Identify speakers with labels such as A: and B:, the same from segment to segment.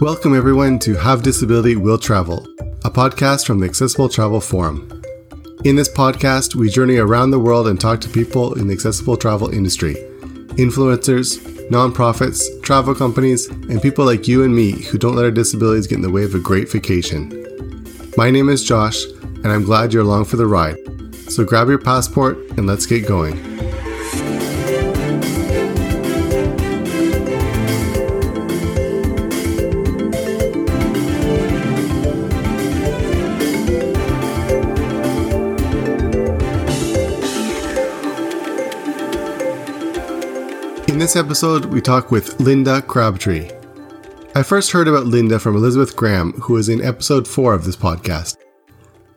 A: Welcome, everyone, to Have Disability Will Travel, a podcast from the Accessible Travel Forum. In this podcast, we journey around the world and talk to people in the accessible travel industry influencers, nonprofits, travel companies, and people like you and me who don't let our disabilities get in the way of a great vacation. My name is Josh, and I'm glad you're along for the ride. So grab your passport and let's get going. In this episode, we talk with Linda Crabtree. I first heard about Linda from Elizabeth Graham, who is in episode 4 of this podcast.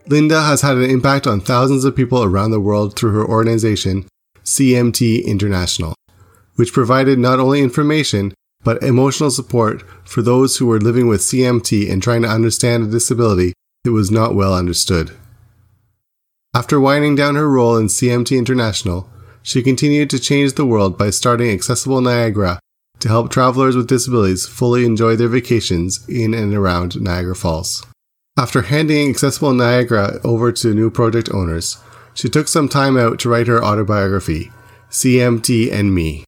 A: Linda has had an impact on thousands of people around the world through her organization, CMT International, which provided not only information, but emotional support for those who were living with CMT and trying to understand a disability that was not well understood. After winding down her role in CMT International, she continued to change the world by starting Accessible Niagara to help travelers with disabilities fully enjoy their vacations in and around Niagara Falls. After handing Accessible Niagara over to new project owners, she took some time out to write her autobiography, CMT and Me.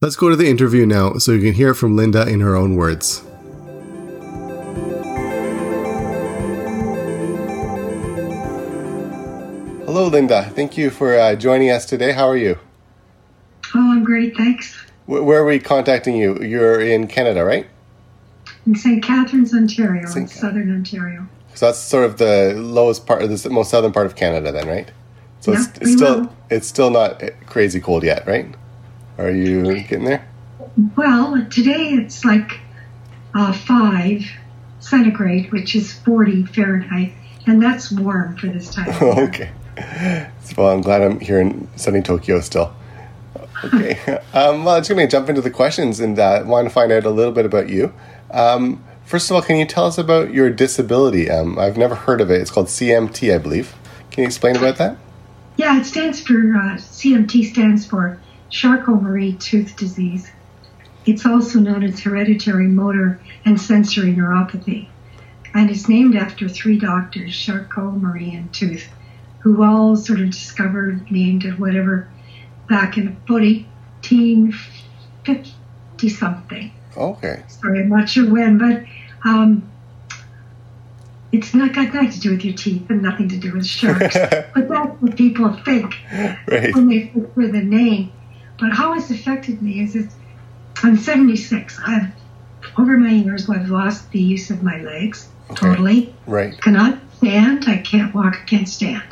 A: Let's go to the interview now so you can hear from Linda in her own words. Hello, Linda. Thank you for uh, joining us today. How are you?
B: Oh, I'm great, thanks.
A: Wh- where are we contacting you? You're in Canada, right?
B: In St. Catharines, Ontario, in
A: St. Ca-
B: southern Ontario.
A: So that's sort of the lowest part, the s- most southern part of Canada, then, right? So it's,
B: Yeah,
A: it's
B: we
A: still
B: will.
A: it's still not crazy cold yet, right? Are you getting there?
B: Well, today it's like uh, 5 centigrade, which is 40 Fahrenheit, and that's warm for this time. of year.
A: okay. So, well, I'm glad I'm here in sunny Tokyo still. Okay. um, well, I'm just going to jump into the questions and uh, want to find out a little bit about you. Um, first of all, can you tell us about your disability? Um, I've never heard of it. It's called CMT, I believe. Can you explain about that?
B: Yeah, it stands for uh, CMT stands for Charcot-Marie Tooth Disease. It's also known as hereditary motor and sensory neuropathy, and it's named after three doctors, Charcot-Marie and Tooth, who all sort of discovered, named it whatever, back in about 1850 something.
A: Okay.
B: Sorry, I'm not sure when, but um, it's not got nothing to do with your teeth and nothing to do with sharks. But that's what people think
A: right.
B: when they look for the name. But how it's affected me is it's, I'm 76. I've, over my years, I've lost the use of my legs
A: Okay.
B: totally.
A: Right.
B: Cannot stand. I can't walk. Can't stand.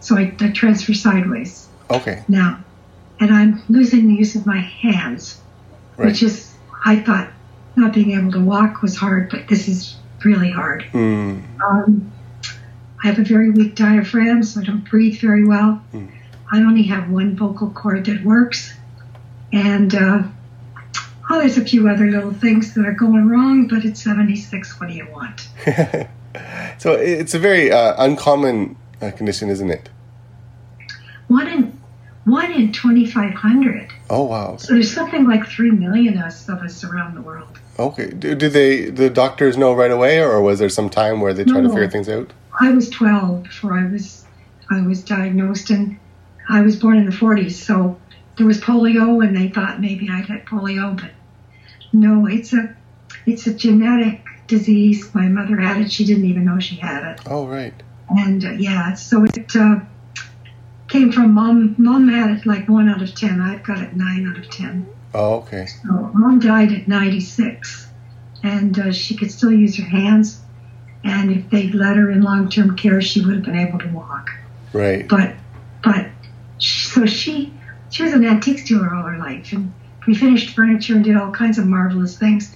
B: So I, I transfer sideways
A: Okay.
B: now. And I'm losing the use of my hands,
A: Right.
B: which is, I thought not being able to walk was hard, but this is really hard.
A: Mm.
B: Um, I have a very weak diaphragm, so I don't breathe very well.
A: Mm.
B: I only have one vocal cord that works. And uh, oh, there's a few other little things that are going wrong, but it's 76. What do you want?
A: so i- it's a very uh, uncommon uh, condition, isn't it?
B: One in one in 2,500.
A: Oh wow.
B: So there's something like 3 million of us, of us around the world.
A: Okay. Do, do they the doctors know right away, or was there some time where they tried to
B: No.
A: figure things out?
B: I was 12 before I was I was diagnosed, and I was born in the 40s, so there was polio, and they thought maybe I'd had polio, but no, it's a it's a genetic disease. My mother had it; she didn't even know she had it,
A: Oh right.
B: and uh, yeah, so it uh, came from mom. Mom had it like one out of ten. I've got it nine out of ten.
A: Oh okay.
B: So mom died at 96, and uh, she could still use her hands. And if they'd let her in long-term care, she would have been able to walk.
A: Right.
B: But, but, sh- so she she was an antique dealer all her life, and we finished furniture and did all kinds of marvelous things.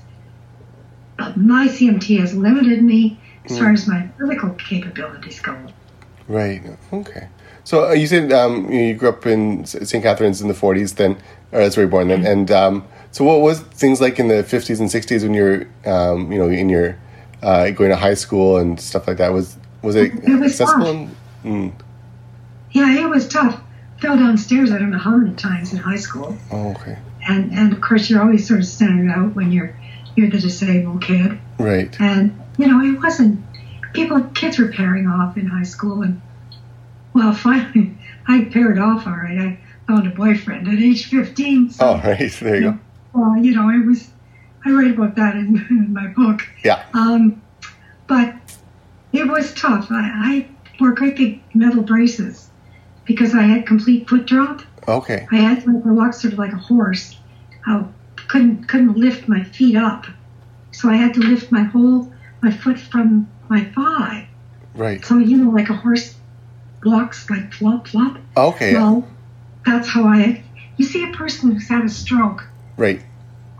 B: But my CMT has limited me as far as my physical capabilities go.
A: Right. Okay. So uh, you said um, you you grew up in S- St. Catharines in the forties, then, or that's where you were born then. And um, so, what was things like in the fifties and sixties when you're, um, you know, in your uh, going to high school and stuff like that? Was was it,
B: It was
A: accessible?
B: tough.
A: and- Mm.
B: Yeah, it was tough. Fell downstairs I don't know how many times in high school.
A: Oh, okay.
B: and and of course you're always sort of standing out when you're you're the disabled kid
A: Right.
B: And, you know, it wasn't, people, kids were pairing off in high school. And, well, finally, I paired off all right. I found a boyfriend at age 15. So,
A: All Oh, right. There you go.
B: well, you know, it was, I write about that in, in my book.
A: Yeah.
B: Um, but it was tough. I, I wore great big metal braces because I had complete foot drop.
A: Okay.
B: I had like I walked sort of like a horse. I couldn't couldn't lift my feet up, so I had to lift my whole my foot from my thigh.
A: Right.
B: So you know, like a horse walks like flop flop.
A: Okay.
B: Well, that's how I. You see a person who's had a stroke
A: Right.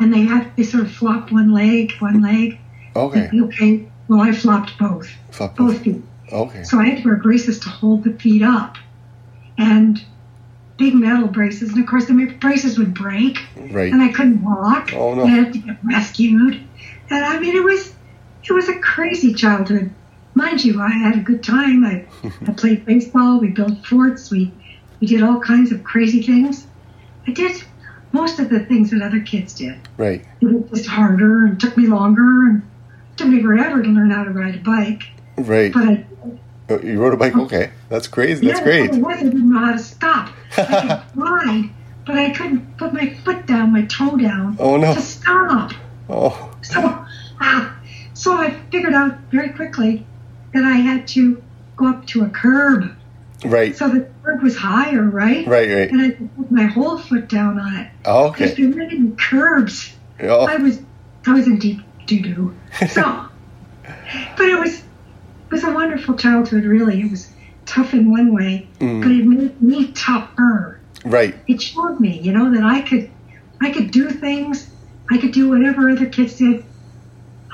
B: and they have they sort of flop one leg, one leg.
A: Okay.
B: Okay, well I flopped both,
A: Fuck.
B: both feet.
A: Okay.
B: So I had to wear braces to hold the feet up, and big metal braces. And of course, the braces would break
A: Right.
B: and I couldn't walk.
A: Oh, no.
B: And I had to get rescued. And I mean, it was it was a crazy childhood. Mind you, I had a good time. I, I played baseball. We built forts. We we did all kinds of crazy things. I did most of the things that other kids did.
A: Right.
B: It was just harder and took me longer and took me forever to learn how to ride a bike.
A: Right.
B: But I,
A: Oh, You rode a bike. Okay. That's crazy. That's
B: yeah,
A: great.
B: I didn't know how to stop. I could ride, but I couldn't put my foot down, my toe down
A: Oh no.
B: to stop.
A: Oh.
B: So, ah, so I figured out very quickly that I had to go up to a curb.
A: Right.
B: So the curb was higher, right?
A: Right. Right.
B: And I put my whole foot down on it. Because
A: Okay.
B: we were in curbs. I
A: Oh.
B: was, I was in deep doo doo. So, but it was, it was a wonderful childhood. Really, it was tough in one way, but
A: Mm.
B: it made me tougher
A: Right.
B: it showed me, you know, that I could, I could do things, I could do whatever other kids did,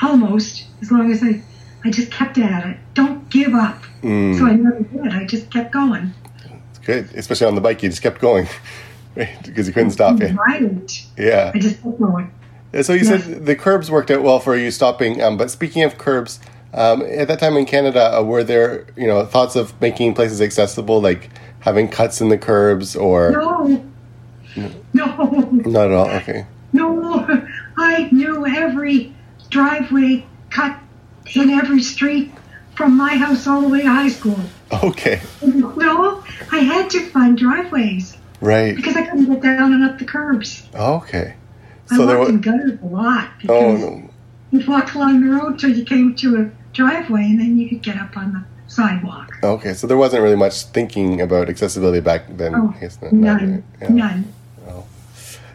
B: almost as long as I, I just kept at it. Don't give up. So
A: Mm.
B: I never did. I just kept going.
A: It's good. Especially on the bike, you just kept going. Right. Because you couldn't stop it.
B: Right.
A: Yeah.
B: I just kept going.
A: And So you
B: Yeah.
A: said the curbs worked out well for you stopping. Um, but speaking of curbs, um, at that time in Canada, uh, were there you know thoughts of making places accessible, like having cuts in the curbs, or
B: No. No.
A: not at all? Okay,
B: No. I knew every driveway cut in every street from my house all the way to high school.
A: okay,
B: No, I had to find driveways
A: right,
B: because I couldn't get down and up the curbs.
A: okay.
B: I
A: So there
B: walked
A: was
B: in gutters a lot
A: oh
B: because
A: no,
B: you'd walk along the road till you came to a driveway and then you could get up on the sidewalk.
A: okay. So there wasn't really much thinking about accessibility back then.
B: Oh,
A: I guess not- not really.
B: None.
A: Yeah.
B: None.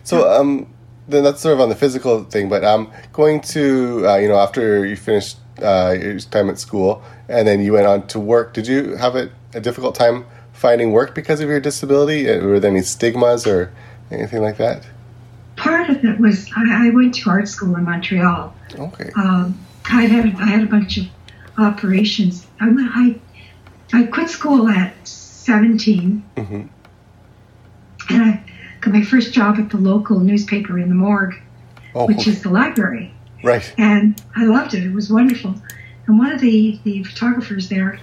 A: So um, then that's sort of on the physical thing, but um, going to uh, you know after you finished uh, your time at school and then you went on to work. Did you have a, a difficult time finding work because of your disability? Uh, Were there any stigmas or anything like that?
B: Part of it was I, I went to art school in Montreal.
A: Okay,
B: Um, I had I had a bunch of operations. I went, I I quit school at 17
A: Mhm.
B: and I got my first job at the local newspaper in the morgue,
A: oh,
B: which is the library.
A: right,
B: and I loved it. It was wonderful. And one of the, the photographers there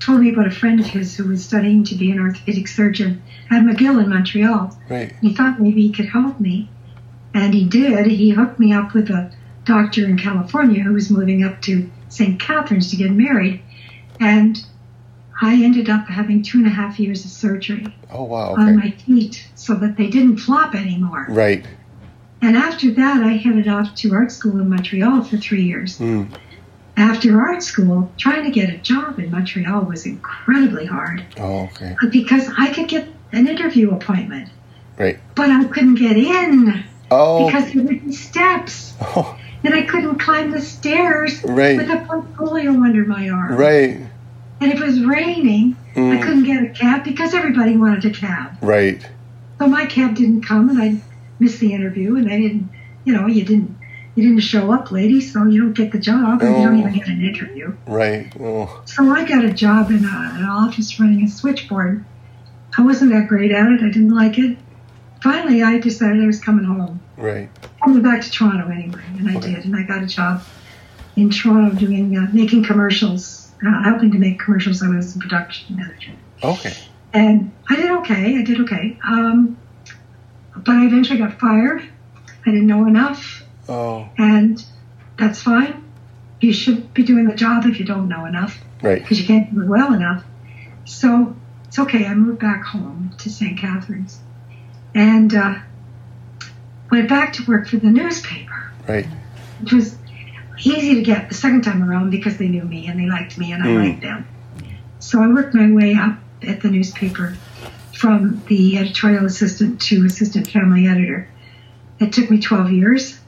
B: told me about a friend of his who was studying to be an orthopedic surgeon at McGill in Montreal.
A: right,
B: He thought maybe he could help me, and he did. He hooked me up with a doctor in California who was moving up to St. Catharines to get married, and I ended up having two and a half years of surgery
A: oh wow,
B: on
A: okay,
B: my feet so that they didn't flop anymore.
A: right,
B: And after that, I headed off to art school in Montreal for three years.
A: mm,
B: After art school, trying to get a job in Montreal was incredibly hard
A: oh okay,
B: because I could get an interview appointment.
A: Right.
B: But I couldn't get in
A: oh,
B: because there were steps
A: oh
B: and I couldn't climb the stairs with
A: right,
B: a portfolio under my arm.
A: right,
B: And if it was raining, I
A: mm,
B: couldn't get a cab because everybody wanted a cab.
A: right,
B: So my cab didn't come and I missed the interview and I didn't, you know, you didn't, you didn't show up, lady, so you don't get the job and you don't
A: Oh.
B: even get an interview.
A: right, oh,
B: So I got a job in a, an office running a switchboard. I wasn't that great at it. I didn't like it. Finally, I decided I was coming home,
A: right,
B: coming back to Toronto anyway, and I
A: Okay.
B: did. And I got a job in Toronto doing uh, making commercials, uh, helping to make commercials. I was a production manager,
A: okay,
B: and I did okay. I did okay. Um, but I eventually got fired. I didn't know enough,
A: oh,
B: and that's fine. you should be doing the job if you don't know enough
A: Right.
B: because you can't do it well enough. So it's okay. I moved back home to St. Catharines and uh, went back to work for the newspaper,
A: Right.
B: which was easy to get the second time around because they knew me and they liked me and I
A: Mm.
B: liked them. So I worked my way up at the newspaper from the editorial assistant to assistant family editor. It took me 12 years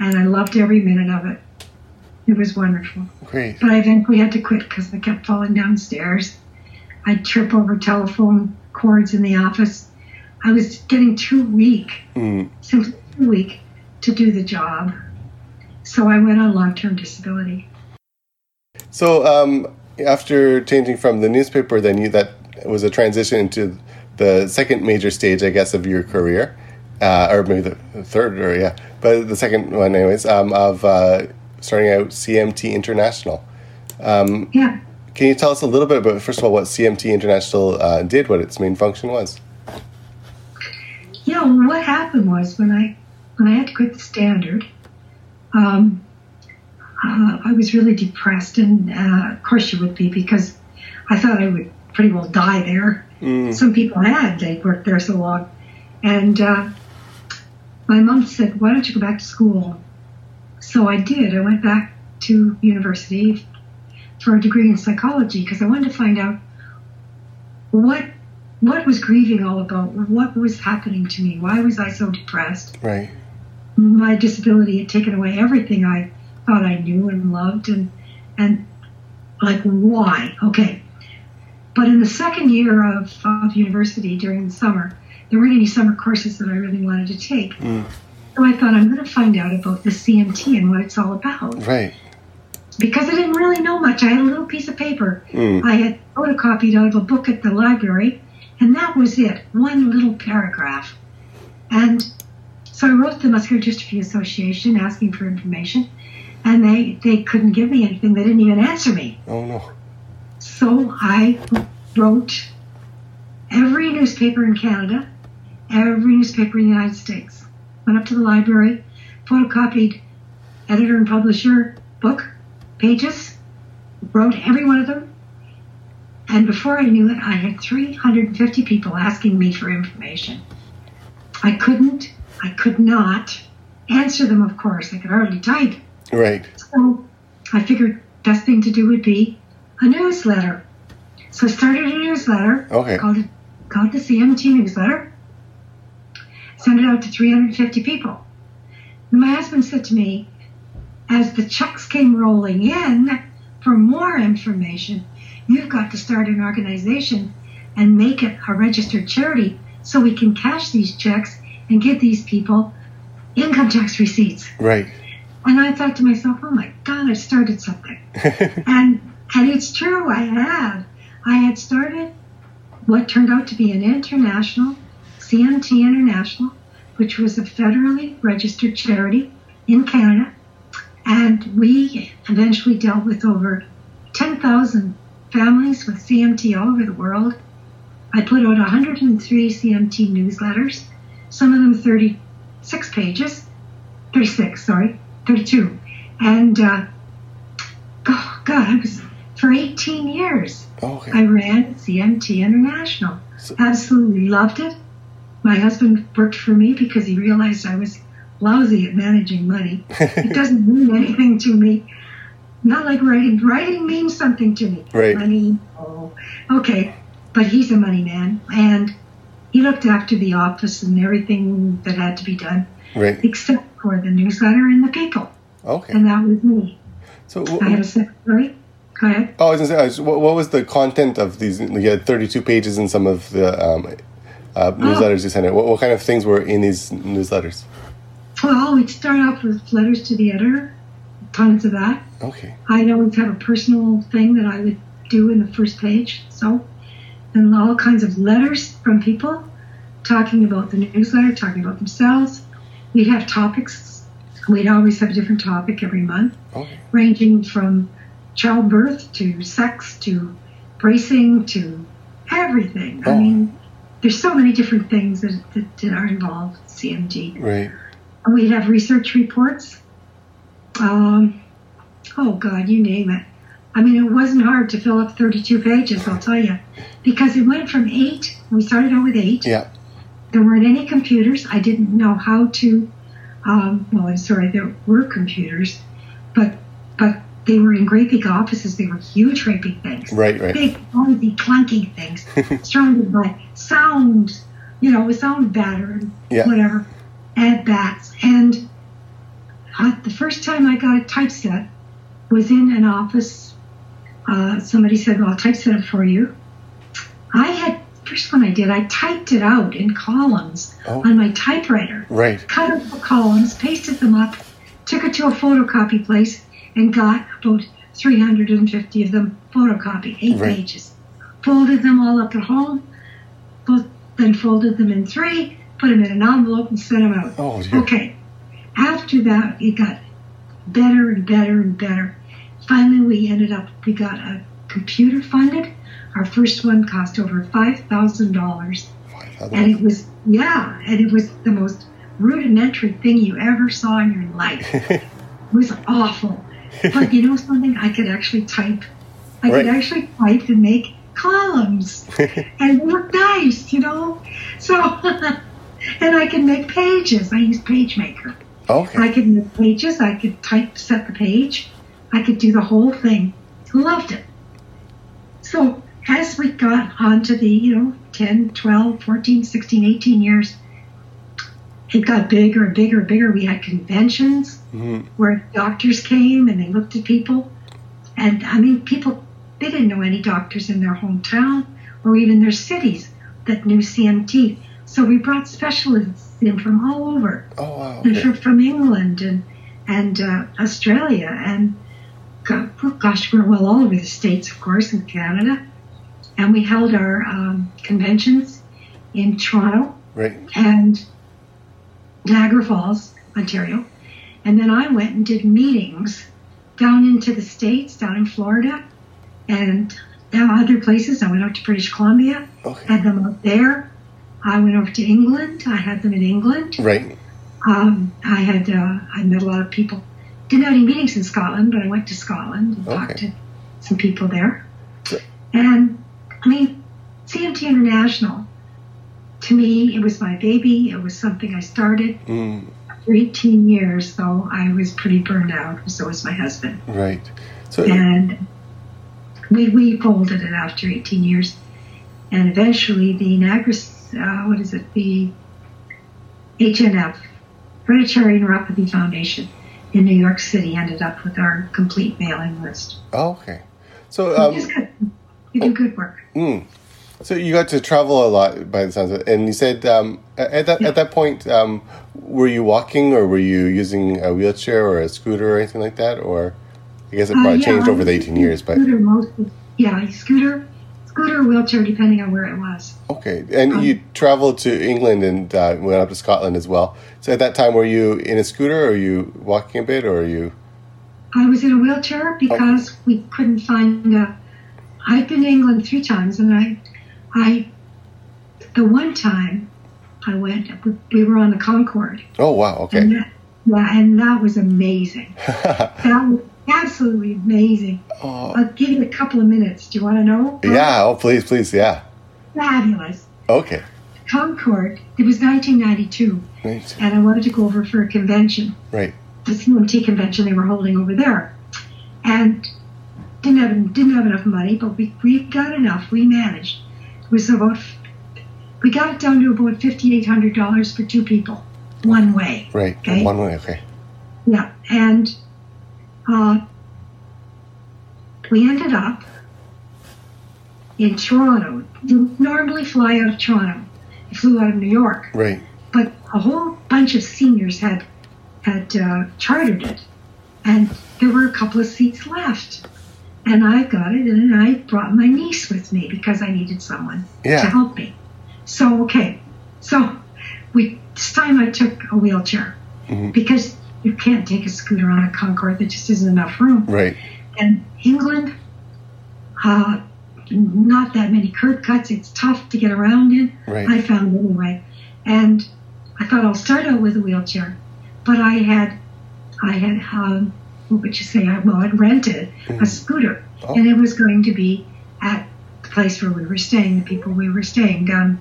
B: and I loved every minute of it. It was wonderful.
A: Great.
B: But I eventually had to quit because I kept falling downstairs. I'd trip over telephone cords in the office. I was getting too weak,
A: Mm.
B: so too weak to do the job. So I went on long term disability.
A: So um, after changing from the newspaper, then you that was a transition into the second major stage, I guess, of your career, uh, or maybe the, the third, or yeah, but the second one, anyways, um, of uh, starting out CMT International.
B: Yeah.
A: Can you tell us a little bit about first of all what CMT International uh, did, what its main function was?
B: you know what happened was when I when I had to quit the standard, um, uh, I was really depressed, and uh, of course you would be because I thought I would pretty well die there. Some people had they worked there so long, and uh, my mom said, "Why don't you go back to school?" So I did. I went back to university for a degree in psychology because I wanted to find out what what was grieving all about? What was happening to me? Why was I so depressed?
A: Right.
B: My disability had taken away everything I thought I knew and loved, and and like why? Okay. But in the second year of, of university during the summer, there weren't any summer courses that I really wanted to take. So I thought I'm going to find out about the CMT and what it's all about
A: Right.
B: because I didn't really know much. I had a little piece of paper.
A: Mm.
B: I had photocopied out of a book at the library, and that was it one little paragraph. And so I wrote the Muscular Dystrophy Association asking for information, and they, they couldn't give me anything. They didn't even answer me.
A: Oh no.
B: So I wrote every newspaper in Canada, every newspaper in the United States. Went up to the library, photocopied editor and publisher book pages, wrote every one of them. And before I knew it, I had 350 people asking me for information. I couldn't, I could not answer them, of course. I could hardly type.
A: Right.
B: So I figured best thing to do would be a newsletter. So I started a newsletter
A: Okay.
B: called it called the CMT newsletter. Sent it out to 350 people. And my husband said to me, as the checks came rolling in for more information, you've got to start an organization and make it a registered charity so we can cash these checks and give these people income tax receipts.
A: Right.
B: And I thought to myself, oh my God, I started something. and and it's true, I had. I had started what turned out to be an international, CMT International, which was a federally registered charity in Canada. And we eventually dealt with over 10,000 families with CMT all over the world. I put out 103 CMT newsletters, some of them 36 pages. 36, sorry, 32. And uh, oh, God, I was, for 18 years,
A: Okay.
B: I ran CMT International.
A: So-
B: Absolutely loved it. My husband worked for me because he realized I was lousy at managing money. It doesn't mean anything to me. Not like writing. Writing means something to me.
A: Right.
B: Money, oh, okay. But he's a money man, and he looked after the office and everything that had to be done
A: Right.
B: except for the newsletter and the people.
A: Okay.
B: And that was me.
A: So.
B: I
A: Wh-
B: had a secretary. Go ahead.
A: Oh, I was gonna say, I was- what, what was the content of these? You had thirty-two pages in some of the um,
B: Oh.
A: uh, newsletters you sent out. What, what kind of things were in these newsletters?
B: Well, we'd start off with letters to the editor, tons of that.
A: Okay,
B: I'd always have a personal thing that I would do in the first page. So, and all kinds of letters from people talking about the newsletter, talking about themselves. We'd have topics. We'd always have a different topic every month,
A: okay,
B: ranging from childbirth to sex to bracing to everything. I
A: Oh.
B: mean, there's so many different things that, that, that are involved in CMG.
A: right,
B: We have research reports. Um, Oh, God, you name it. I mean, it wasn't hard to fill up 32 pages, I'll tell you, because it went from eight. We started out with eight.
A: Yeah.
B: There weren't any computers. I didn't know how to. Um, well, I'm sorry, there were computers, but but they were in great big offices. They were huge, raping things.
A: Right, right.
B: Big, noisy, clunking things, surrounded by sound, you know, a sound batter and
A: Yeah.
B: whatever, and bats. And uh, the first time I got a typeset was in an office. Uh, somebody said, well, I'll typeset it for you. I had, first one I did, I typed it out in columns
A: Oh.
B: on my typewriter
A: Right.
B: cut up the columns, pasted them up, took it to a photocopy place, and got about 350 of them photocopied, eight
A: Right.
B: pages. Folded them all up at home, fo- then folded them in three, put them in an envelope, and sent them out.
A: Oh, dear.
B: Okay. After that, it got better and better and better. Finally, we ended up, we got a computer funded. Our first one cost over $5,000. And it was, yeah, and it was the most rudimentary thing you ever saw in your life. it was awful. But you know something? I could actually type. I
A: Right.
B: could actually type and make columns. and they were nice, you know? So, and I could make pages. I used PageMaker.
A: Okay.
B: I could make pages. I could type, set the page. I could do the whole thing. Loved it. So as we got onto the, you know, 10, 12, 14, 16, 18 years, it got bigger and bigger and bigger. We had conventions
A: Mhm.
B: where doctors came and they looked at people. And I mean, people, they didn't know any doctors in their hometown or even their cities that knew CMT. So we brought specialists in from all over
A: Oh, wow.
B: and
A: Okay.
B: from, from England and and uh, Australia and go- oh gosh, we're well all over the states, of course, and Canada. And we held our um, conventions in Toronto
A: Right.
B: and Niagara Falls, Ontario. And then I went and did meetings down into the states, down in Florida, and uh, other places. I went out to British Columbia,
A: Okay.
B: had them out there. I went over to England. I had them in England.
A: Right.
B: Um, I had uh, I met a lot of people. Didn't have any meetings in Scotland, but I went to Scotland and talked
A: Okay.
B: to some people there.
A: Sure.
B: And I mean, CMT International. To me, it was my baby. It was something I started
A: Mm.
B: for 18 years, though I was pretty burned out. So was my husband,
A: Right. So,
B: and we we folded it after 18 years, and eventually the Niagara, uh, what is it, the HNF, Hereditary Neuropathy Foundation in New York City ended up with our complete mailing list.
A: oh, okay. So,
B: Which
A: um,
B: is good. You do good work.
A: Mm. So you got to travel a lot by the sounds of it, and you said um, at that at that point, um, were you walking or were you using a wheelchair or a scooter or anything like that? Or I guess it
B: Uh,
A: probably
B: yeah,
A: changed
B: I
A: over the
B: was
A: eighteen years, but
B: scooter mostly. Yeah, scooter, scooter, wheelchair, depending on where it was.
A: okay. And
B: Um,
A: you traveled to England and uh, went up to Scotland as well. So at that time, were you in a scooter, or were you walking a bit, or are you
B: I was in a wheelchair because we couldn't find a. I've been to England three times, and I, I, the one time, I went. we- We were on the Concorde,
A: Oh wow,
B: and
A: okay.
B: that, yeah, and that was amazing. That was absolutely amazing.
A: oh,
B: I'll give you a couple of minutes. Do you want to know?
A: yeah. Oh please, please, yeah.
B: Fabulous.
A: Okay.
B: Concorde. It was 1992,
A: Right.
B: and I wanted to go over for a convention.
A: Right.
B: the CMT convention they were holding over there, and didn't have didn't have enough money, but we we got enough. We managed. It was about we got it down to about fifty eight hundred dollars for two people, one way.
A: Right.
B: Okay.
A: One way. Okay.
B: Yeah, and uh, we ended up in Toronto. Didn't normally fly out of Toronto. We flew out of New York
A: Right.
B: but a whole bunch of seniors had had uh, chartered it, and there were a couple of seats left. And I got it, and I brought my niece with me because I needed someone to
A: Yeah.
B: help me. So okay, so we this time I took a wheelchair
A: Mhm.
B: because you can't take a scooter on a Concorde. There just isn't enough room.
A: Right.
B: And England, uh, not that many curb cuts. It's tough to get around in.
A: Right.
B: I found anyway. And I thought I'll start out with a wheelchair, but I had I had um, what would you say? I, well, I'd rented a scooter,
C: Oh.
B: and it was going to be at the place where we were staying, the people we were staying down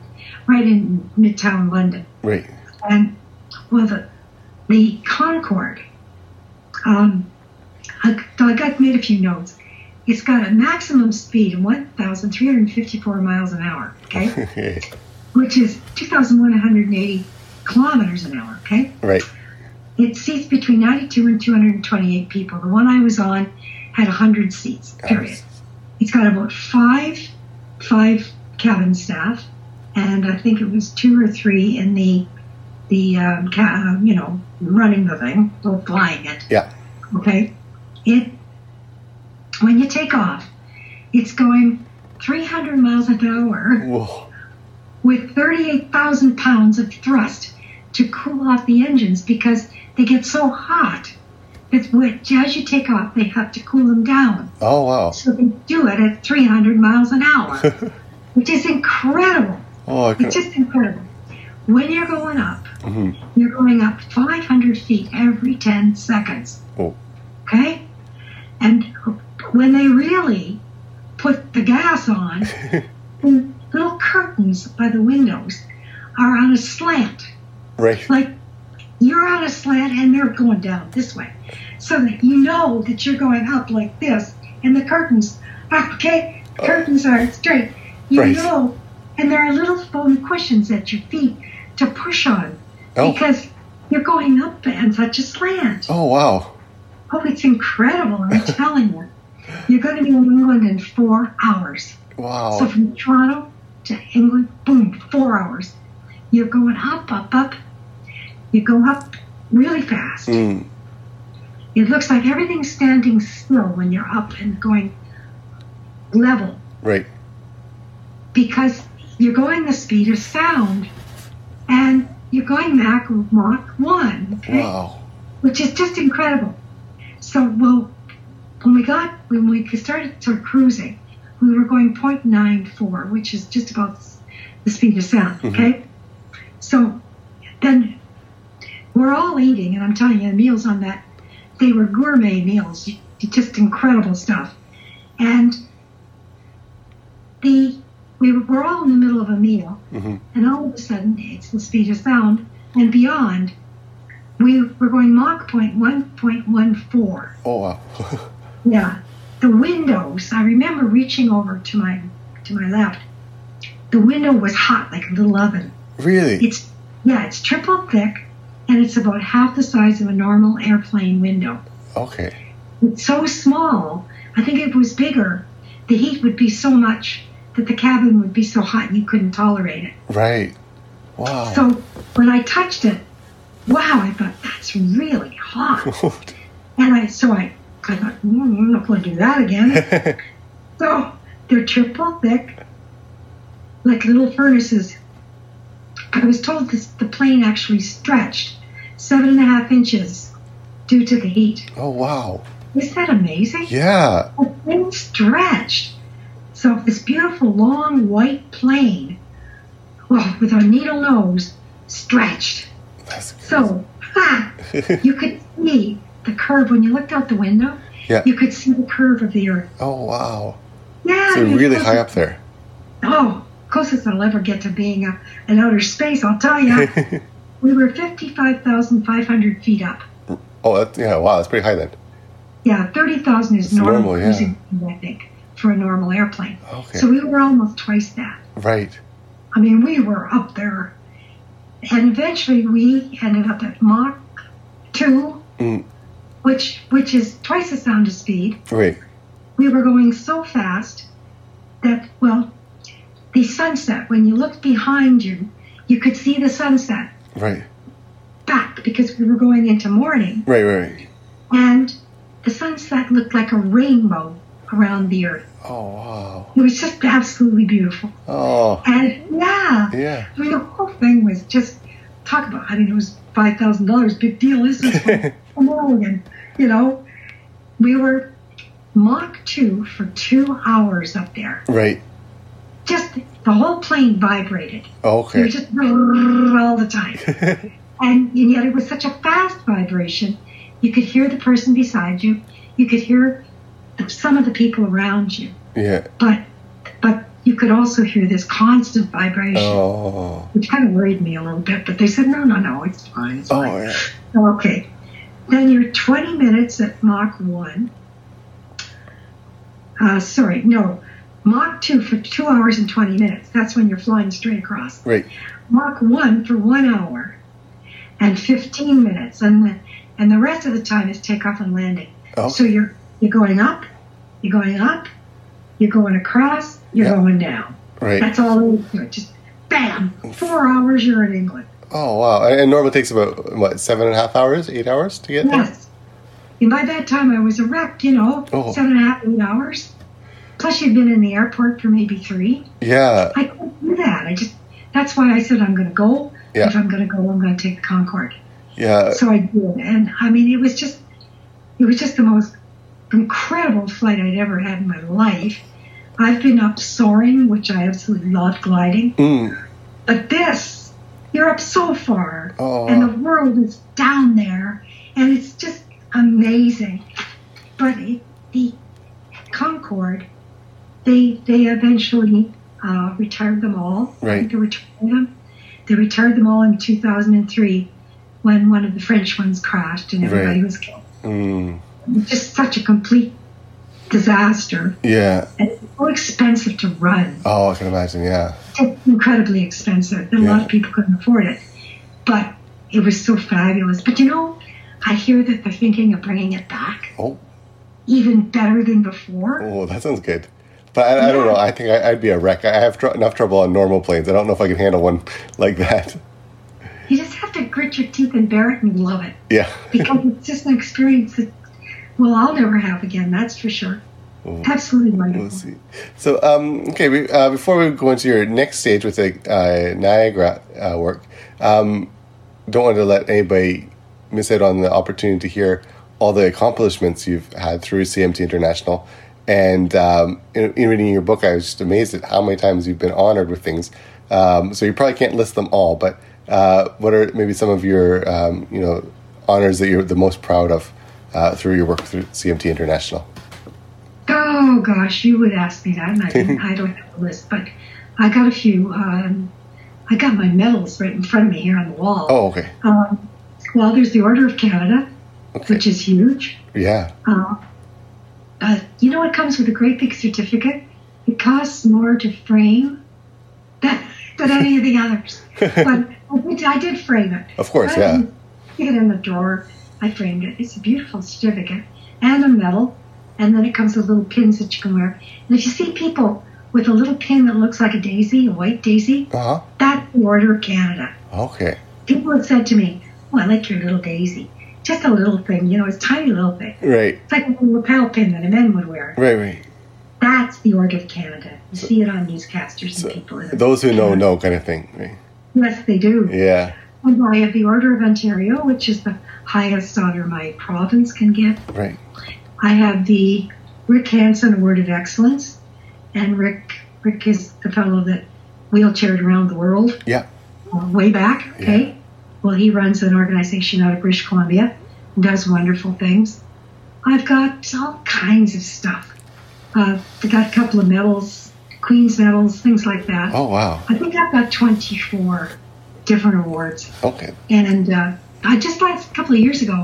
B: right in Midtown London.
C: Right.
B: And well, the, the Concorde, um, I, I got made a few notes. It's got a maximum speed of 1,354 miles an hour, okay, which is 2,180 kilometers an hour, okay.
C: right.
B: It seats between 92 and 228 people. The one I was on had 100 seats, period. It's got about five, five cabin staff, and I think it was two or three in the, the um, ca- uh, you know, running the thing or flying it.
C: Yeah.
B: Okay. It, when you take off, it's going 300 miles an hour
C: Whoa.
B: with 38,000 pounds of thrust to cool off the engines because they get so hot that when- as you take off, they have to cool them down.
C: Oh wow.
B: So they do it at 300 miles an hour, which is incredible.
C: Oh, I
B: It's
C: could,
B: just incredible. When you're going up, you're going up 500 feet every 10 seconds.
C: Oh.
B: Okay? And when they really put the gas on, the little curtains by the windows are on a slant.
C: right.
B: Like you're on a slant and they're going down this way. So that you know that you're going up like this and the curtains are okay, the curtains are straight. You
C: Uh, Right.
B: know and there are little foam cushions at your feet to push on
C: Oh.
B: because you're going up on such a slant.
C: Oh wow.
B: Oh, it's incredible, I'm telling you. You're gonna be in England in four hours. So
C: Wow.
B: from Toronto to England, boom, four hours. You're going up, up, up. You go up really fast.
C: Mm.
B: It looks like everything's standing still when you're up and going level
C: Right.
B: because you're going the speed of sound and you're going Mach, Mach 1, okay?
C: Wow.
B: which is just incredible. So, well, when we got, when we started sort of cruising, we were going 0.94, which is just about s- the speed of sound, okay? So then we're all eating, and I'm telling you, the meals on that, they were gourmet meals, y- just incredible stuff. And the, we were, we're all in the middle of a meal,
C: Mhm.
B: and all of a sudden, it's the speed of sound, and beyond, we were going Mach point one point one four.
C: Oh wow.
B: Yeah, the windows. I remember reaching over to my to my left. The window was hot like a little oven.
C: really?
B: It's yeah, it's triple thick, and it's about half the size of a normal airplane window.
C: Okay.
B: It's so small. I think if it was bigger, the heat would be so much that the cabin would be so hot you couldn't tolerate it.
C: Right.
A: Oh.
C: Wow.
B: So when I touched it, wow! I thought that's really hot. And I so I, I thought, mm, I'm not going to do that again. so they're triple thick, like little furnaces. I was told this, the plane actually stretched seven and a half inches due to the heat.
C: oh wow.
B: Isn't that amazing?
C: Yeah.
B: The plane stretched. So this beautiful long white plane, well, with a needle nose, stretched.
C: That's
B: So, ha, you could see the curve when you looked out the window.
C: Yeah.
B: You could see the curve of the earth.
C: Oh wow.
B: Yeah.
C: So
B: you're
C: really
B: close-
C: high up there.
B: Oh, closest I'll ever get to being a, in outer space, I'll tell you. we were 55,500 feet up.
C: Oh, that's, yeah. Wow, that's pretty high then.
B: Yeah, 30,000 is
C: It's
B: normal,
C: normal, yeah.
B: cruising speed, I think, for a normal airplane.
C: Okay.
B: So we were almost twice that.
C: right.
B: I mean, we were up there. And eventually we ended up at Mach 2,
C: Mm.
B: which, which is twice the sound of speed.
C: Right.
B: we were going so fast that, well, the sunset, when you looked behind you, you could see the sunset
C: Right.
B: back because we were going into morning.
C: Right. Right. right.
B: And the sunset looked like a rainbow around the earth.
C: Oh wow.
B: It was just absolutely beautiful.
C: Oh
B: And yeah,
C: yeah.
B: I mean, the whole thing was just talk about, I mean, it was $5,000, big deal. This was from Oregon, you know. We were Mach 2 for two hours up there.
C: Right.
B: just the whole plane vibrated. It
C: Okay.
B: was just all the time. and, and yet it was such a fast vibration You could hear the person beside you. You could hear the, some of the people around you,
A: Yeah.
B: but but you could also hear this constant vibration,
A: Oh.
B: which kind of worried me a little bit. But they said, no, no, no, it's fine. It's
A: Oh
B: fine.
A: yeah.
B: Okay. Then you're 20 minutes at Mach 1. Uh, sorry, no. Mach 2 for 2 hours and 20 minutes. That's when you're flying straight across.
A: Right.
B: Mach 1 for 1 hour and 15 minutes. And the, and the rest of the time is takeoff and landing.
A: Oh.
B: So you're, you're going up, you're going up, you're going across, you're
A: Yeah.
B: going down.
A: Right.
B: That's all there is to it. Just bam! Four hours, you're in England.
A: Oh wow. And it normally takes about what seven and a half hours, eight hours to get there.
B: Yes. And by that time, I was a wreck, you know,
A: Oh.
B: seven and a half, eight hours. Plus, you'd been in the airport for maybe three.
A: Yeah.
B: I couldn't do that. I just, that's why I said I'm going to go.
A: Yeah. Uh,
B: If I'm going to go, I'm going to take the Concorde.
A: Yeah.
B: So I did. And I mean, it was just, it was just the most incredible flight I'd ever had in my life. I've been up soaring, which I absolutely love gliding.
A: Mm.
B: But this, you're up so far
A: Oh.
B: and the world is down there, and it's just amazing. But it, the Concorde, they they eventually uh, retired them all. I
A: Right.
B: think They retired them. They retired them all in 2003 when one of the French ones crashed and everybody
A: Right.
B: was killed.
A: Mm.
B: It was Just such a complete disaster,
A: Yeah.
B: and it's so expensive to run
A: Oh, I can imagine. Yeah.
B: it's incredibly expensive. and A lot
A: Yeah.
B: of people couldn't afford it, but it was so fabulous. But you know, I hear that they're thinking of bringing it back,
A: Oh.
B: even better than before.
A: Oh, that sounds good. But I, I don't know. I think I, I'd be a wreck. I have tr- enough trouble on normal planes. I don't know if I can handle one like that.
B: You just have to grit your teeth and bear it and love it
A: Yeah.
B: because it's just an experience that, well, I'll never have again. That's for sure. Absolutely
A: Oh. We'll
B: wonderful.
A: see. So, um, okay, we, uh, before we go into your next stage with the uh, Niagara uh, work, um, don't want to let anybody miss out on the opportunity to hear all the accomplishments you've had through CMT International. And um, in, in reading your book, I was just amazed at how many times you've been honored with things. Um, so you probably can't list them all, but uh, what are maybe some of your um, you know honors that you're the most proud of uh, through your work through CMT International?
B: Oh gosh, you would ask me that, and I, didn't, I don't have a list, but I got a few. Um, I got my medals right in front of me here on the wall.
A: Oh, okay,
B: Um, well, there's the Order of Canada,
A: okay,
B: which is huge.
A: yeah.
B: Uh, uh, you know what comes with a great big certificate? It costs more to frame than, than any of the others. But I did, I did frame it.
A: Of course,
B: I
A: yeah.
B: didn't stick it in the drawer. I framed it. It's a beautiful certificate and a medal. And then it comes with little pins that you can wear. And if you see people with a little pin that looks like a daisy, a white daisy,
A: Uh
B: that's the Order of Canada.
A: huh. Okay.
B: people have said to me, "Oh, I like your little daisy. Just a little thing, you know, it's a tiny little thing.
A: Right.
B: It's like a little lapel pin that a man would wear."
A: Right. Right.
B: That's the Order of Canada. You see it on newscasters and people. in-
A: Those who know know, kind of thing. Right.
B: Yes, they do.
A: Yeah.
B: And I have the Order of Ontario, which is the highest honor my province can get.
A: Right.
B: I have the Rick Hansen Award of Excellence, and Rick Rick is the fellow that wheelchaired around the world.
A: Yeah.
B: uh, way back. Okay. Well, he runs an organization out of British Columbia, and does wonderful things. I've got all kinds of stuff. Uh, I got a couple of medals, Queen's medals, things like that.
A: Oh wow.
B: I think I've got 24 different awards.
A: Okay.
B: And uh, I just last a couple of years ago,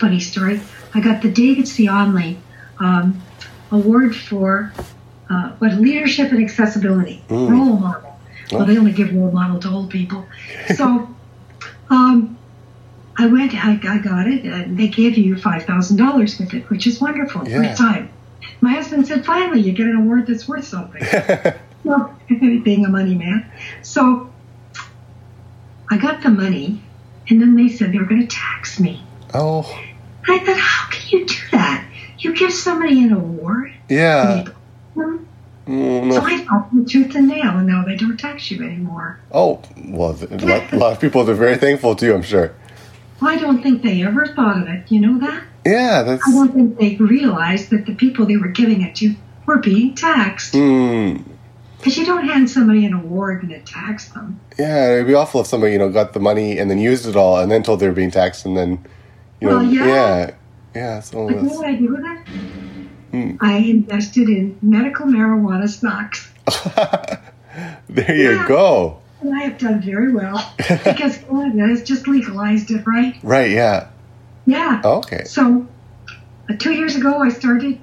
B: funny story, I got the David C. Onley um, Award for uh, what leadership and accessibility
A: Mm. Oh.
B: role model. Well, they only give role model to old people, so um, I went. I, I got it, and they gave you five thousand dollars with it, which is wonderful.
A: Yeah.
B: First time. My husband said, "Finally, you get an award that's worth something." Well, being a money man. So I got the money, and then they said they were going to tax me.
A: oh.
B: And I thought, how can you do that? You give somebody an award?
A: Yeah.
B: Hmm.
A: Mm,
B: So
A: no.
B: I fought with tooth and nail, and now they don't tax you anymore.
A: Oh. Well, th- a lot, a lot of people are very thankful to you. I'm sure.
B: Well, I don't think they ever thought of it. You know that?
A: Yeah. That's.
B: I don't think they realized that the people they were giving it to were being taxed.
A: Mm,
B: Because you don't hand somebody an award and it tax them.
A: yeah. It'd be awful if somebody you know got the money and then used it all and then told they were being taxed and then You know,
B: Well, yeah.
A: yeah, yeah. So
B: But you know
A: that's-
B: what I do with it? I invested in medical marijuana stocks,
A: there you
B: Yeah.
A: go.
B: and I have done very well because God, has just legalized it, right?
A: Right? Yeah.
B: Yeah.
A: Okay.
B: So, uh, two years ago, I started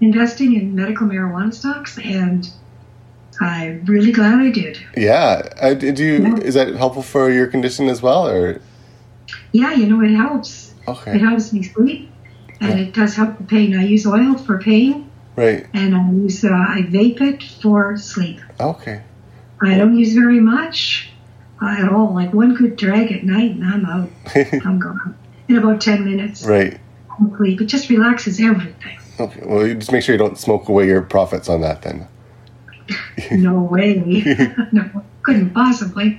B: investing in medical marijuana stocks, and I'm really glad I did.
A: Yeah. Uh, do you?
B: Yeah.
A: Is that helpful for your condition as well, or
B: Yeah, you know, it helps.
A: okay?
B: It helps me sleep, and it does help the pain. I use oil for pain,
A: Right.
B: and I use uh, I vape it for sleep.
A: Okay.
B: I don't use very much uh, at all. Like one good drag at night, and I'm out. I'm gone in about ten minutes.
A: right.
B: Hopefully, but just relaxes everything.
A: Okay. Well, you just make sure you don't smoke away your profits on that then.
B: No way. no, couldn't possibly.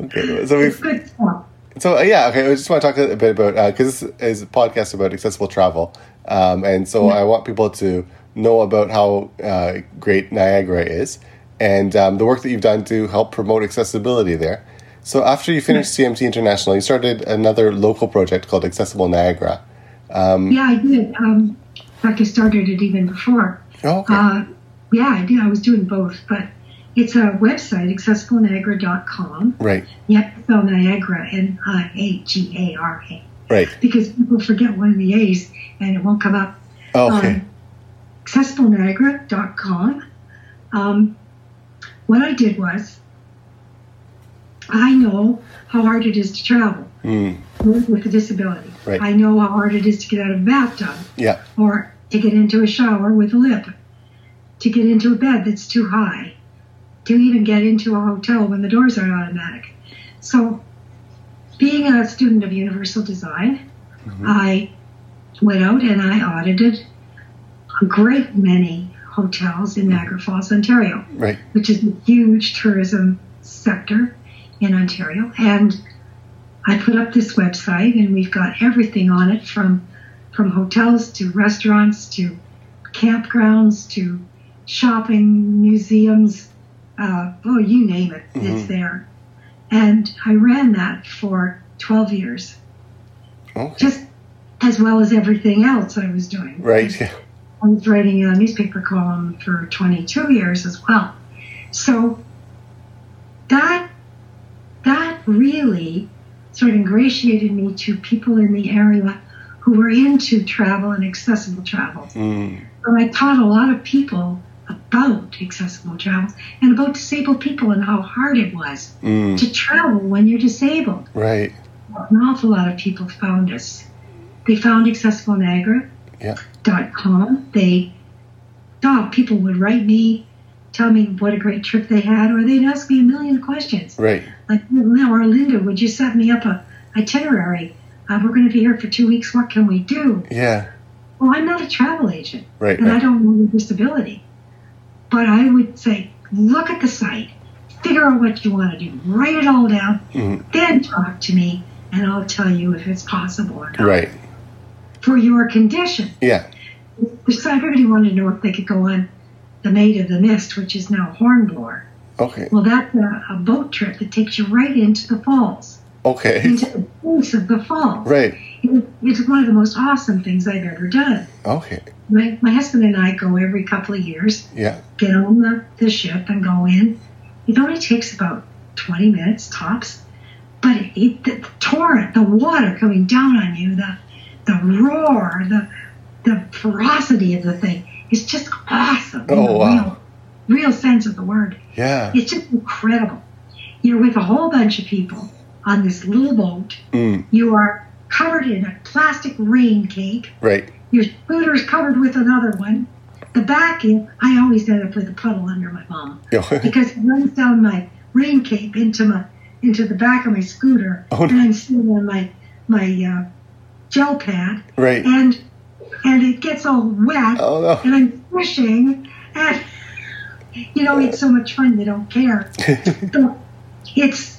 A: Okay. So we've.
B: It's good stuff.
A: So uh, yeah. Okay. I just want to talk a bit about because this is a podcast about accessible travel, um, and so I want people to know about how uh, great Niagara is and um, the work that you've done to help promote accessibility there. So after you finished CMT International, you started another local project called Accessible Niagara.
B: Yeah, I did. Um, in fact, I started it even before.
A: Oh, okay.
B: Uh, yeah, I did. I was doing both, but it's a website, accessibleniagara.com.
A: right.
B: Yep, spell Niagara, N I A G A R A,
A: Right.
B: because people forget one of the A's and it won't come up.
A: Oh, okay.
B: Um, accessibleniagara.com. Um, what I did was, I know how hard it is to travel
A: Mm,
B: with a disability.
A: Right.
B: I know how hard it is to get out of a bathtub
A: yeah.
B: or to get into a shower with a lip, to get into a bed that's too high, to even get into a hotel when the doors are automatic. So, being a student of universal design, I went out and I audited a great many hotels in Niagara Falls, Ontario
A: Right.
B: which is a huge tourism sector in Ontario. And I put up this website, and we've got everything on it from from hotels to restaurants to campgrounds to shopping, museums. Uh, oh, you name it,
A: Mm-hmm.
B: it's there. And I ran that for 12 years,
A: Okay.
B: just as well as everything else I was doing.
A: Right. Yeah.
B: I was writing a newspaper column for 22 years as well. So that that really sort of ingratiated me to people in the area who were into travel and accessible travel.
A: Mm,
B: So I taught a lot of people about accessible travel and about disabled people and how hard it was
A: mm,
B: to travel when you're disabled
A: right.
B: an awful lot of people found us. They found accessible Niagara
A: Yeah.
B: dot com. They oh, people would write me, tell me what a great trip they had, or they'd ask me a million questions.
A: Right.
B: Like, or Linda, would you set me up a itinerary? Uh, we're going to be here for two weeks. What can we do?
A: Yeah.
B: Well, I'm not a travel agent
A: Right.
B: and I
A: Right.
B: don't know your disability. But I would say, look at the site, figure out what you want to do, write it all down,
A: Mhm.
B: then talk to me, and I'll tell you if it's possible or not.
A: Right.
B: For your condition.
A: Yeah.
B: So everybody wanted to know if they could go on the Maid of the Mist, which is now Hornblower.
A: Okay.
B: Well, that's a, a boat trip that takes you right into the falls,
A: Okay.
B: into the base of the falls.
A: Right.
B: It- it's one of the most awesome things I've ever done.
A: Okay.
B: My, my husband and I go every couple of years.
A: Yeah.
B: get on the, the ship and go in. It only takes about 20 minutes tops, but it, it, the torrent, the water coming down on you, the the roar, the the ferocity of the thing is just awesome. in
A: Oh,
B: the
A: wow.
B: Real, real sense of the word.
A: Yeah.
B: It's just incredible. You're with a whole bunch of people on this little boat.
A: Mm,
B: You are covered in a plastic rain cake.
A: right.
B: Your scooter is covered with another one. The back end, I always end up with a puddle under my mom
A: Yeah.
B: because it runs down my rain cape into my into the back of my scooter,
A: Oh, no.
B: and I'm sitting on my my uh, gel pad,
A: right.
B: and and it gets all wet,
A: Oh no.
B: and I'm pushing, and you know it's so much fun they don't care. so it's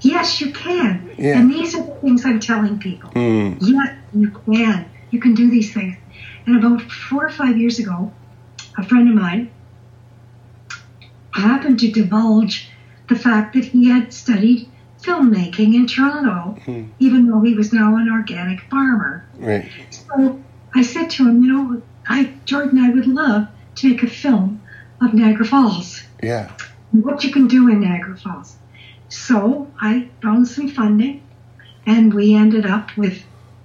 B: yes, you can,
A: Yeah.
B: and these are the things I'm telling people.
A: Mm,
B: Yes, you can. You can do these things. And about four or five years ago, a friend of mine happened to divulge the fact that he had studied filmmaking in Toronto, even though he was now an organic farmer.
A: Right.
B: So I said to him, you know, I Jordan, I would love to make a film of Niagara Falls,
A: Yeah.
B: and what you can do in Niagara Falls. So I found some funding, and we ended up with,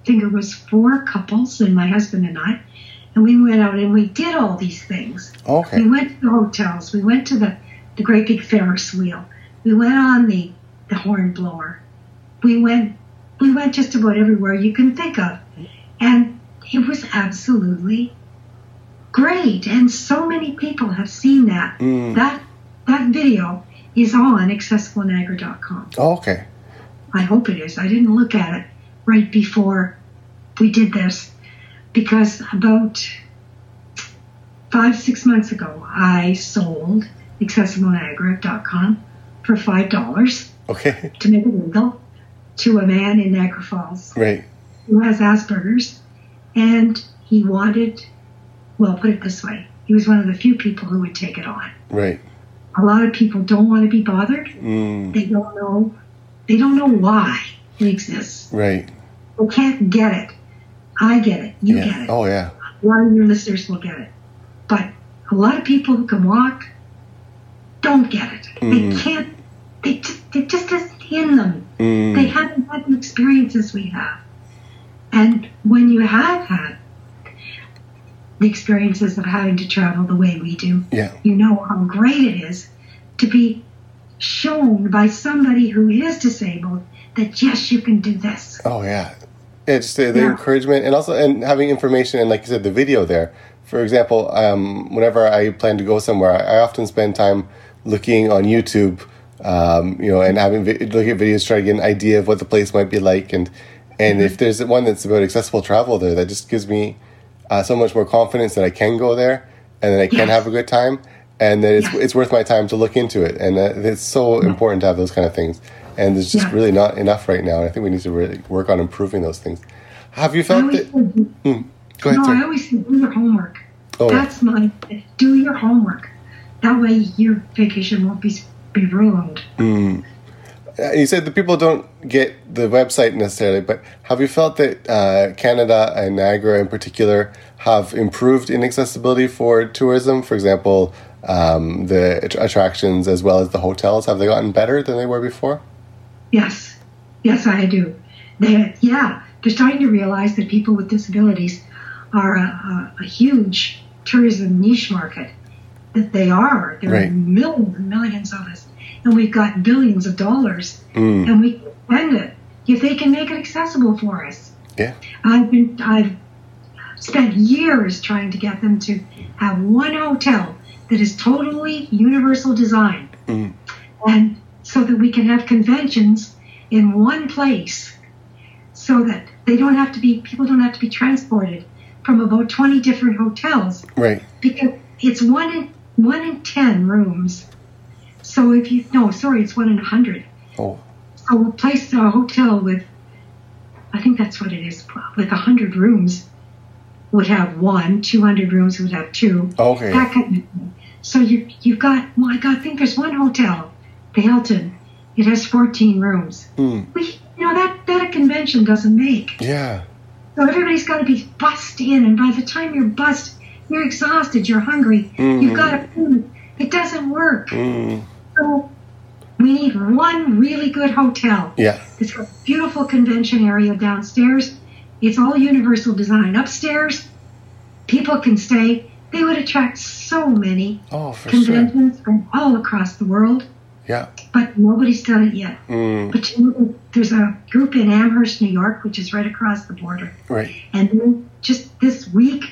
B: I think it was four couples, and my husband and I, and we went out and we did all these things. We
A: Okay.
B: went to the hotels. We went to the, the great big Ferris wheel. We went on the, the horn blower. We went we went just about everywhere you can think of. And it was absolutely great. And so many people have seen that.
A: Mm.
B: That that video is on accessiblenagger.com.
A: Okay.
B: I hope it is. I didn't look at it right before we did this because about five, six months ago, I sold accessiblenagara.com for $5
A: Okay.
B: to make it legal to a man in Niagara Falls
A: Right.
B: who has Asperger's. And he wanted, well, put it this way, he was one of the few people who would take it on.
A: Right.
B: A lot of people don't want to be bothered.
A: Mm.
B: They don't know, they don't know why it exists.
A: Right.
B: We can't get it. I get it. You get
A: Yeah.
B: it.
A: Oh yeah.
B: A lot of your listeners will get it. But a lot of people who can walk don't get it. They
A: Mhm.
B: can't. They just, it just isn't in them. They
A: Mm.
B: haven't had the experiences we have. And when you have had the experiences of having to travel the way we do,
A: Yeah.
B: you know how great it is to be shown by somebody who is disabled that yes, you can do this.
A: Oh yeah. Yeah, just the, the
B: Yeah.
A: encouragement and also and having information and like you said, the video there. For example, um, whenever I plan to go somewhere, I, I often spend time looking on YouTube, um, you know, and having vi- looking at videos, trying to get an idea of what the place might be like, and and
B: Mm-hmm.
A: if there's one that's about accessible travel there, that just gives me uh, so much more confidence that I can go there and that I can
B: Yes.
A: have a good time, and that it's
B: Yeah.
A: it's worth my time to look into it, and uh, it's so important to have those kind of things. And there's just
B: Yeah.
A: really not enough right now, and I think we need to really work on improving those things. Have you
B: I
A: felt
B: always
A: that?
B: said,
A: Go ahead,
B: no, I
A: sorry.
B: always say do your homework.
A: Oh, yeah.
B: That's my do your homework. That way your vacation won't be be ruined.
A: Uh, You said the people don't get the website necessarily, but have you felt that uh, Canada and Niagara in particular have improved in accessibility for tourism? For example, um, the att- attractions as well as the hotels have they gotten better than they were before?
B: Yes, yes, I do. They, yeah, they're starting to realize that people with disabilities are a, a, a huge tourism niche market. That they are. There are
A: Right.
B: millions and millions of us, and we've got billions of dollars,
A: Mm.
B: and we can spend it if they can make it accessible for us.
A: Yeah.
B: I've been I've spent years trying to get them to have one hotel that is totally universal design.
A: Mhm.
B: And so that we can have conventions in one place so that they don't have to be people don't have to be transported from about 20 different hotels
A: Right.
B: because it's one in one in 10 rooms. So if you no, sorry, it's one in 100
A: Oh.
B: a place, a hotel with, I think that's what it is, with 100 rooms would have one, 200 rooms would have two,
A: Okay.
B: that kind of thing. So you, you've got, well, I, got, I think there's one hotel, the Hilton, it has 14 rooms.
A: Mm.
B: We, you know, that, that a convention doesn't make.
A: Yeah.
B: So everybody's got to be bussed in, and by the time you're bussed, you're exhausted, you're hungry, you've got to food. It doesn't work.
A: Mm.
B: So we need one really good hotel.
A: Yeah.
B: It's got a beautiful convention area downstairs. It's all universal design upstairs. People can stay. They would attract so many
A: Oh, for sure.
B: conventions from all across the world,
A: Yeah.
B: but nobody's done it yet.
A: Mm.
B: But you know, there's a group in Amherst, New York, which is right across the border.
A: Right.
B: And they just this week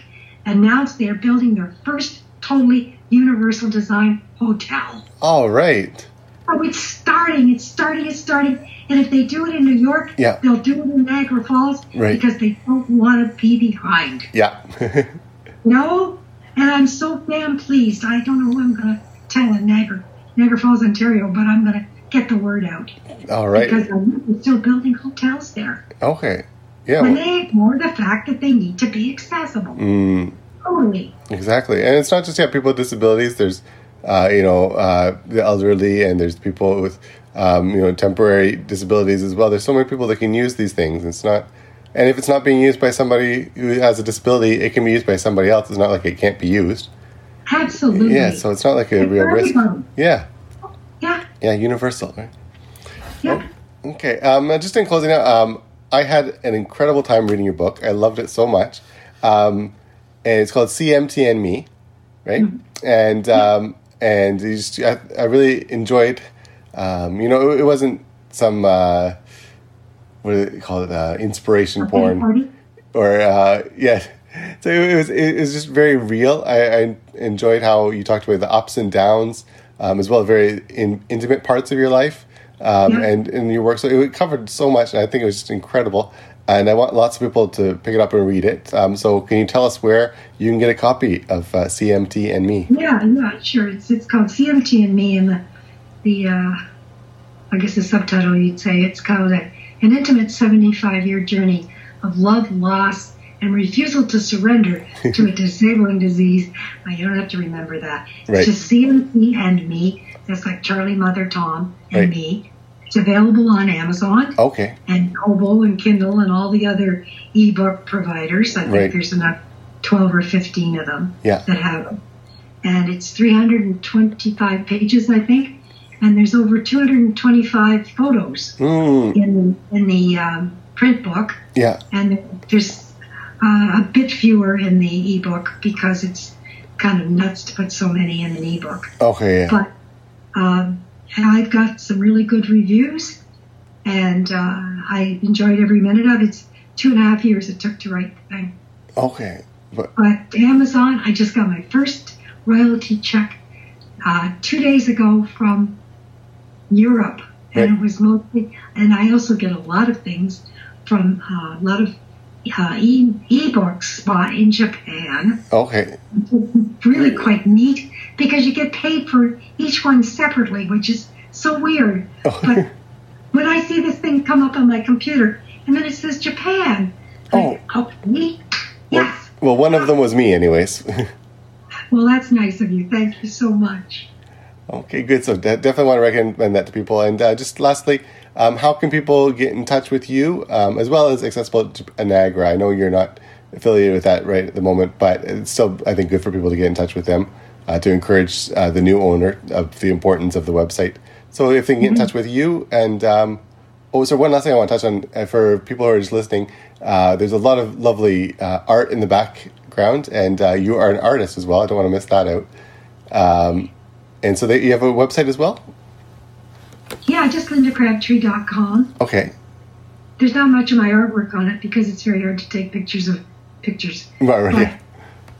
B: announced they are building their first totally universal design hotel.
A: All right.
B: Oh, it's starting, it's starting, it's starting. And if they do it in New York,
A: Yeah.
B: they'll do it in Niagara Falls
A: Right.
B: because they don't want to be behind.
A: Yeah.
B: No? And I'm so damn pleased. I don't know who I'm going to tell in Niagara, Niagara Falls, Ontario, but I'm going to get the word out
A: All right.
B: because I'm still building hotels there.
A: Okay. Yeah.
B: And
A: well,
B: they ignore the fact that they need to be accessible.
A: Mm.
B: Totally. Mm-hmm.
A: Exactly, and it's not just yeah people with disabilities. There's uh, you know, uh, the elderly, and there's people with, um, you know, temporary disabilities as well. There's so many people that can use these things. It's not, and if it's not being used by somebody who has a disability, it can be used by somebody else. It's not like it can't be used.
B: Absolutely.
A: Yeah, so it's not like a
B: Mm-hmm. It's
A: real
B: for
A: risk.
B: everyone.
A: Yeah,
B: Yeah.
A: yeah, universal, right?
B: Yeah.
A: Okay. Um, just in closing out, um, I had an incredible time reading your book. I loved it so much. Um, and it's called CMT and Me, right? And um, and you just, I, I really enjoyed. Um, you know, it, it wasn't some uh, what do they call it? Uh, inspiration porn
B: Party.
A: or uh, yeah. So it was it was just very real. I, I enjoyed how you talked about the ups and downs, um, as well as very in, intimate parts of your life um,
B: Yeah.
A: and in your work. So it covered so much, and I think it was just incredible. And I want lots of people to pick it up and read it. Um, so can you tell us where you can get a copy of uh, CMT and Me?
B: Yeah, yeah, sure. It's it's called CMT and Me, and the the uh, I guess the subtitle you'd say it's called a, an intimate 75 year journey of love, loss, and refusal to surrender to a disabling disease. Now, you don't have to remember that.
A: Right.
B: It's just CMT and Me. That's like Charlie, Mother, Tom, and
A: Right.
B: me. It's available on Amazon
A: Okay,
B: and Kobo and Kindle and all the other ebook providers. I think
A: Right.
B: there's enough 12 or 15 of them
A: Yeah.
B: that have them. And it's 325 pages, I think. And there's over 225 photos
A: mm,
B: in, in the um, print book.
A: yeah,
B: And there's uh, a bit fewer in the ebook because it's kind of nuts to put so many in an ebook.
A: okay, yeah.
B: But um, and I've got some really good reviews, and uh, I enjoyed every minute of it. It's two and a half years it took to write the thing.
A: okay, but
B: But Amazon, I just got my first royalty check uh, two days ago from Europe, and
A: Right.
B: it was mostly. And I also get a lot of things from uh, a lot of uh, e- ebooks bought in Japan
A: okay,
B: really quite neat because you get paid for each one separately, which is so weird. But when I see this thing come up on my computer and then it says Japan, like, okay, yes.
A: well, one of them was me, anyways.
B: Well, that's nice of you. Thank you so much.
A: Okay, good. So de- definitely want to recommend that to people. And uh, just lastly, um, how can people get in touch with you um, as well as Accessible Jap- Niagara? I know you're not affiliated with that right at the moment, but it's still, I think, good for people to get in touch with them uh, to encourage uh, the new owner of the importance of the website. So if they can get in touch with you and um, Oh, so one last thing I want to touch on uh, for people who are just listening. Uh, there's a lot of lovely uh, art in the background, and uh, you are an artist as well. I don't want to miss that out. Um, and so they, you have a website as well?
B: Yeah, just lindacrabtree.com.
A: Okay.
B: There's not much of my artwork on it because it's very hard to take pictures of pictures.
A: Right, right, yeah.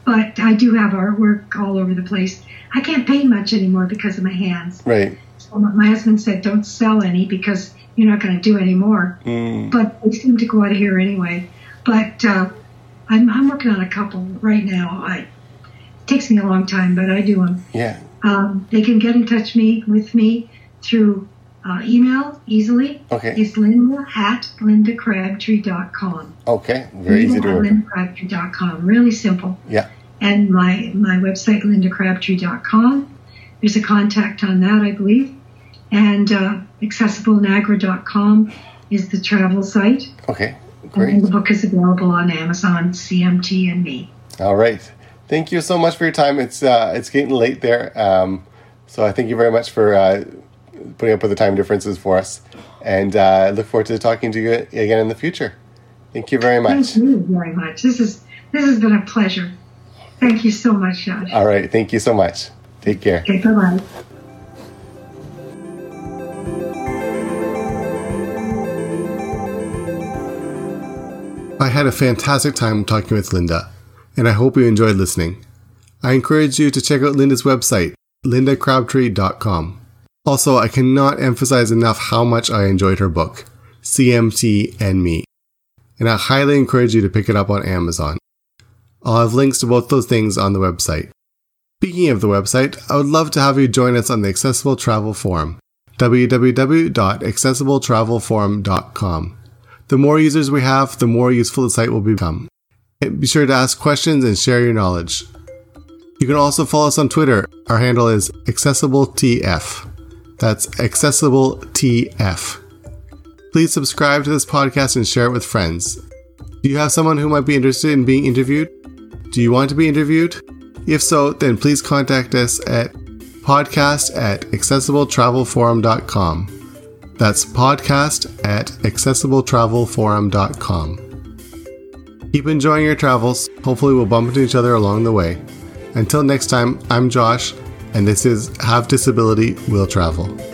B: But I do have artwork all over the place. I can't paint much anymore because of my hands.
A: Right.
B: Well, my husband said, "Don't sell any because you're not going to do any more."
A: Mm.
B: But they seem to go out of here anyway. But uh, I'm, I'm working on a couple right now. I, it takes me a long time, but I do them.
A: Yeah.
B: Um, they can get in touch me with me through uh, email easily.
A: Okay.
B: It's Linda at lindacrabtree.com.
A: Okay. Very easy to
B: Linda at
A: work. with.
B: lindacrabtree.com. Really simple
A: Yeah.
B: and my, my website, lindacrabtree.com. There's a contact on that, I believe. And uh, accessiblenagra.com is the travel site.
A: Okay.
B: And
A: Great.
B: the book is available on Amazon, CMT, and me.
A: All right. Thank you so much for your time. It's uh, it's getting late there. Um, so I thank you very much for uh, putting up with the time differences for us. And uh, I look forward to talking to you again in the future. Thank you very
B: Thank
A: much.
B: you very much. This is this has been a pleasure. Thank you so much, Josh.
A: All right. Thank you so much. Take care.
B: Okay, bye bye.
D: I had a fantastic time talking with Linda, and I hope you enjoyed listening. I encourage you to check out Linda's website, lindacrabtree.com. Also, I cannot emphasize enough how much I enjoyed her book, CMT and Me, and I highly encourage you to pick it up on Amazon. I'll have links to both those things on the website. Speaking of the website, I would love to have you join us on the Accessible Travel Forum, www.accessibletravelforum.com. The more users we have, the more useful the site will become. And be sure to ask questions and share your knowledge.
A: You can also follow us on Twitter. Our handle is accessibletf. That's accessibletf. Please subscribe to this podcast and share it with friends. Do you have someone who might be interested in being interviewed? Do you want to be interviewed? If so, then please contact us at podcast at accessibletravelforum.com. That's podcast at accessibletravelforum.com. Keep enjoying your travels. Hopefully, we'll bump into each other along the way. Until next time, I'm Josh, and this is Have Disability, Will Travel.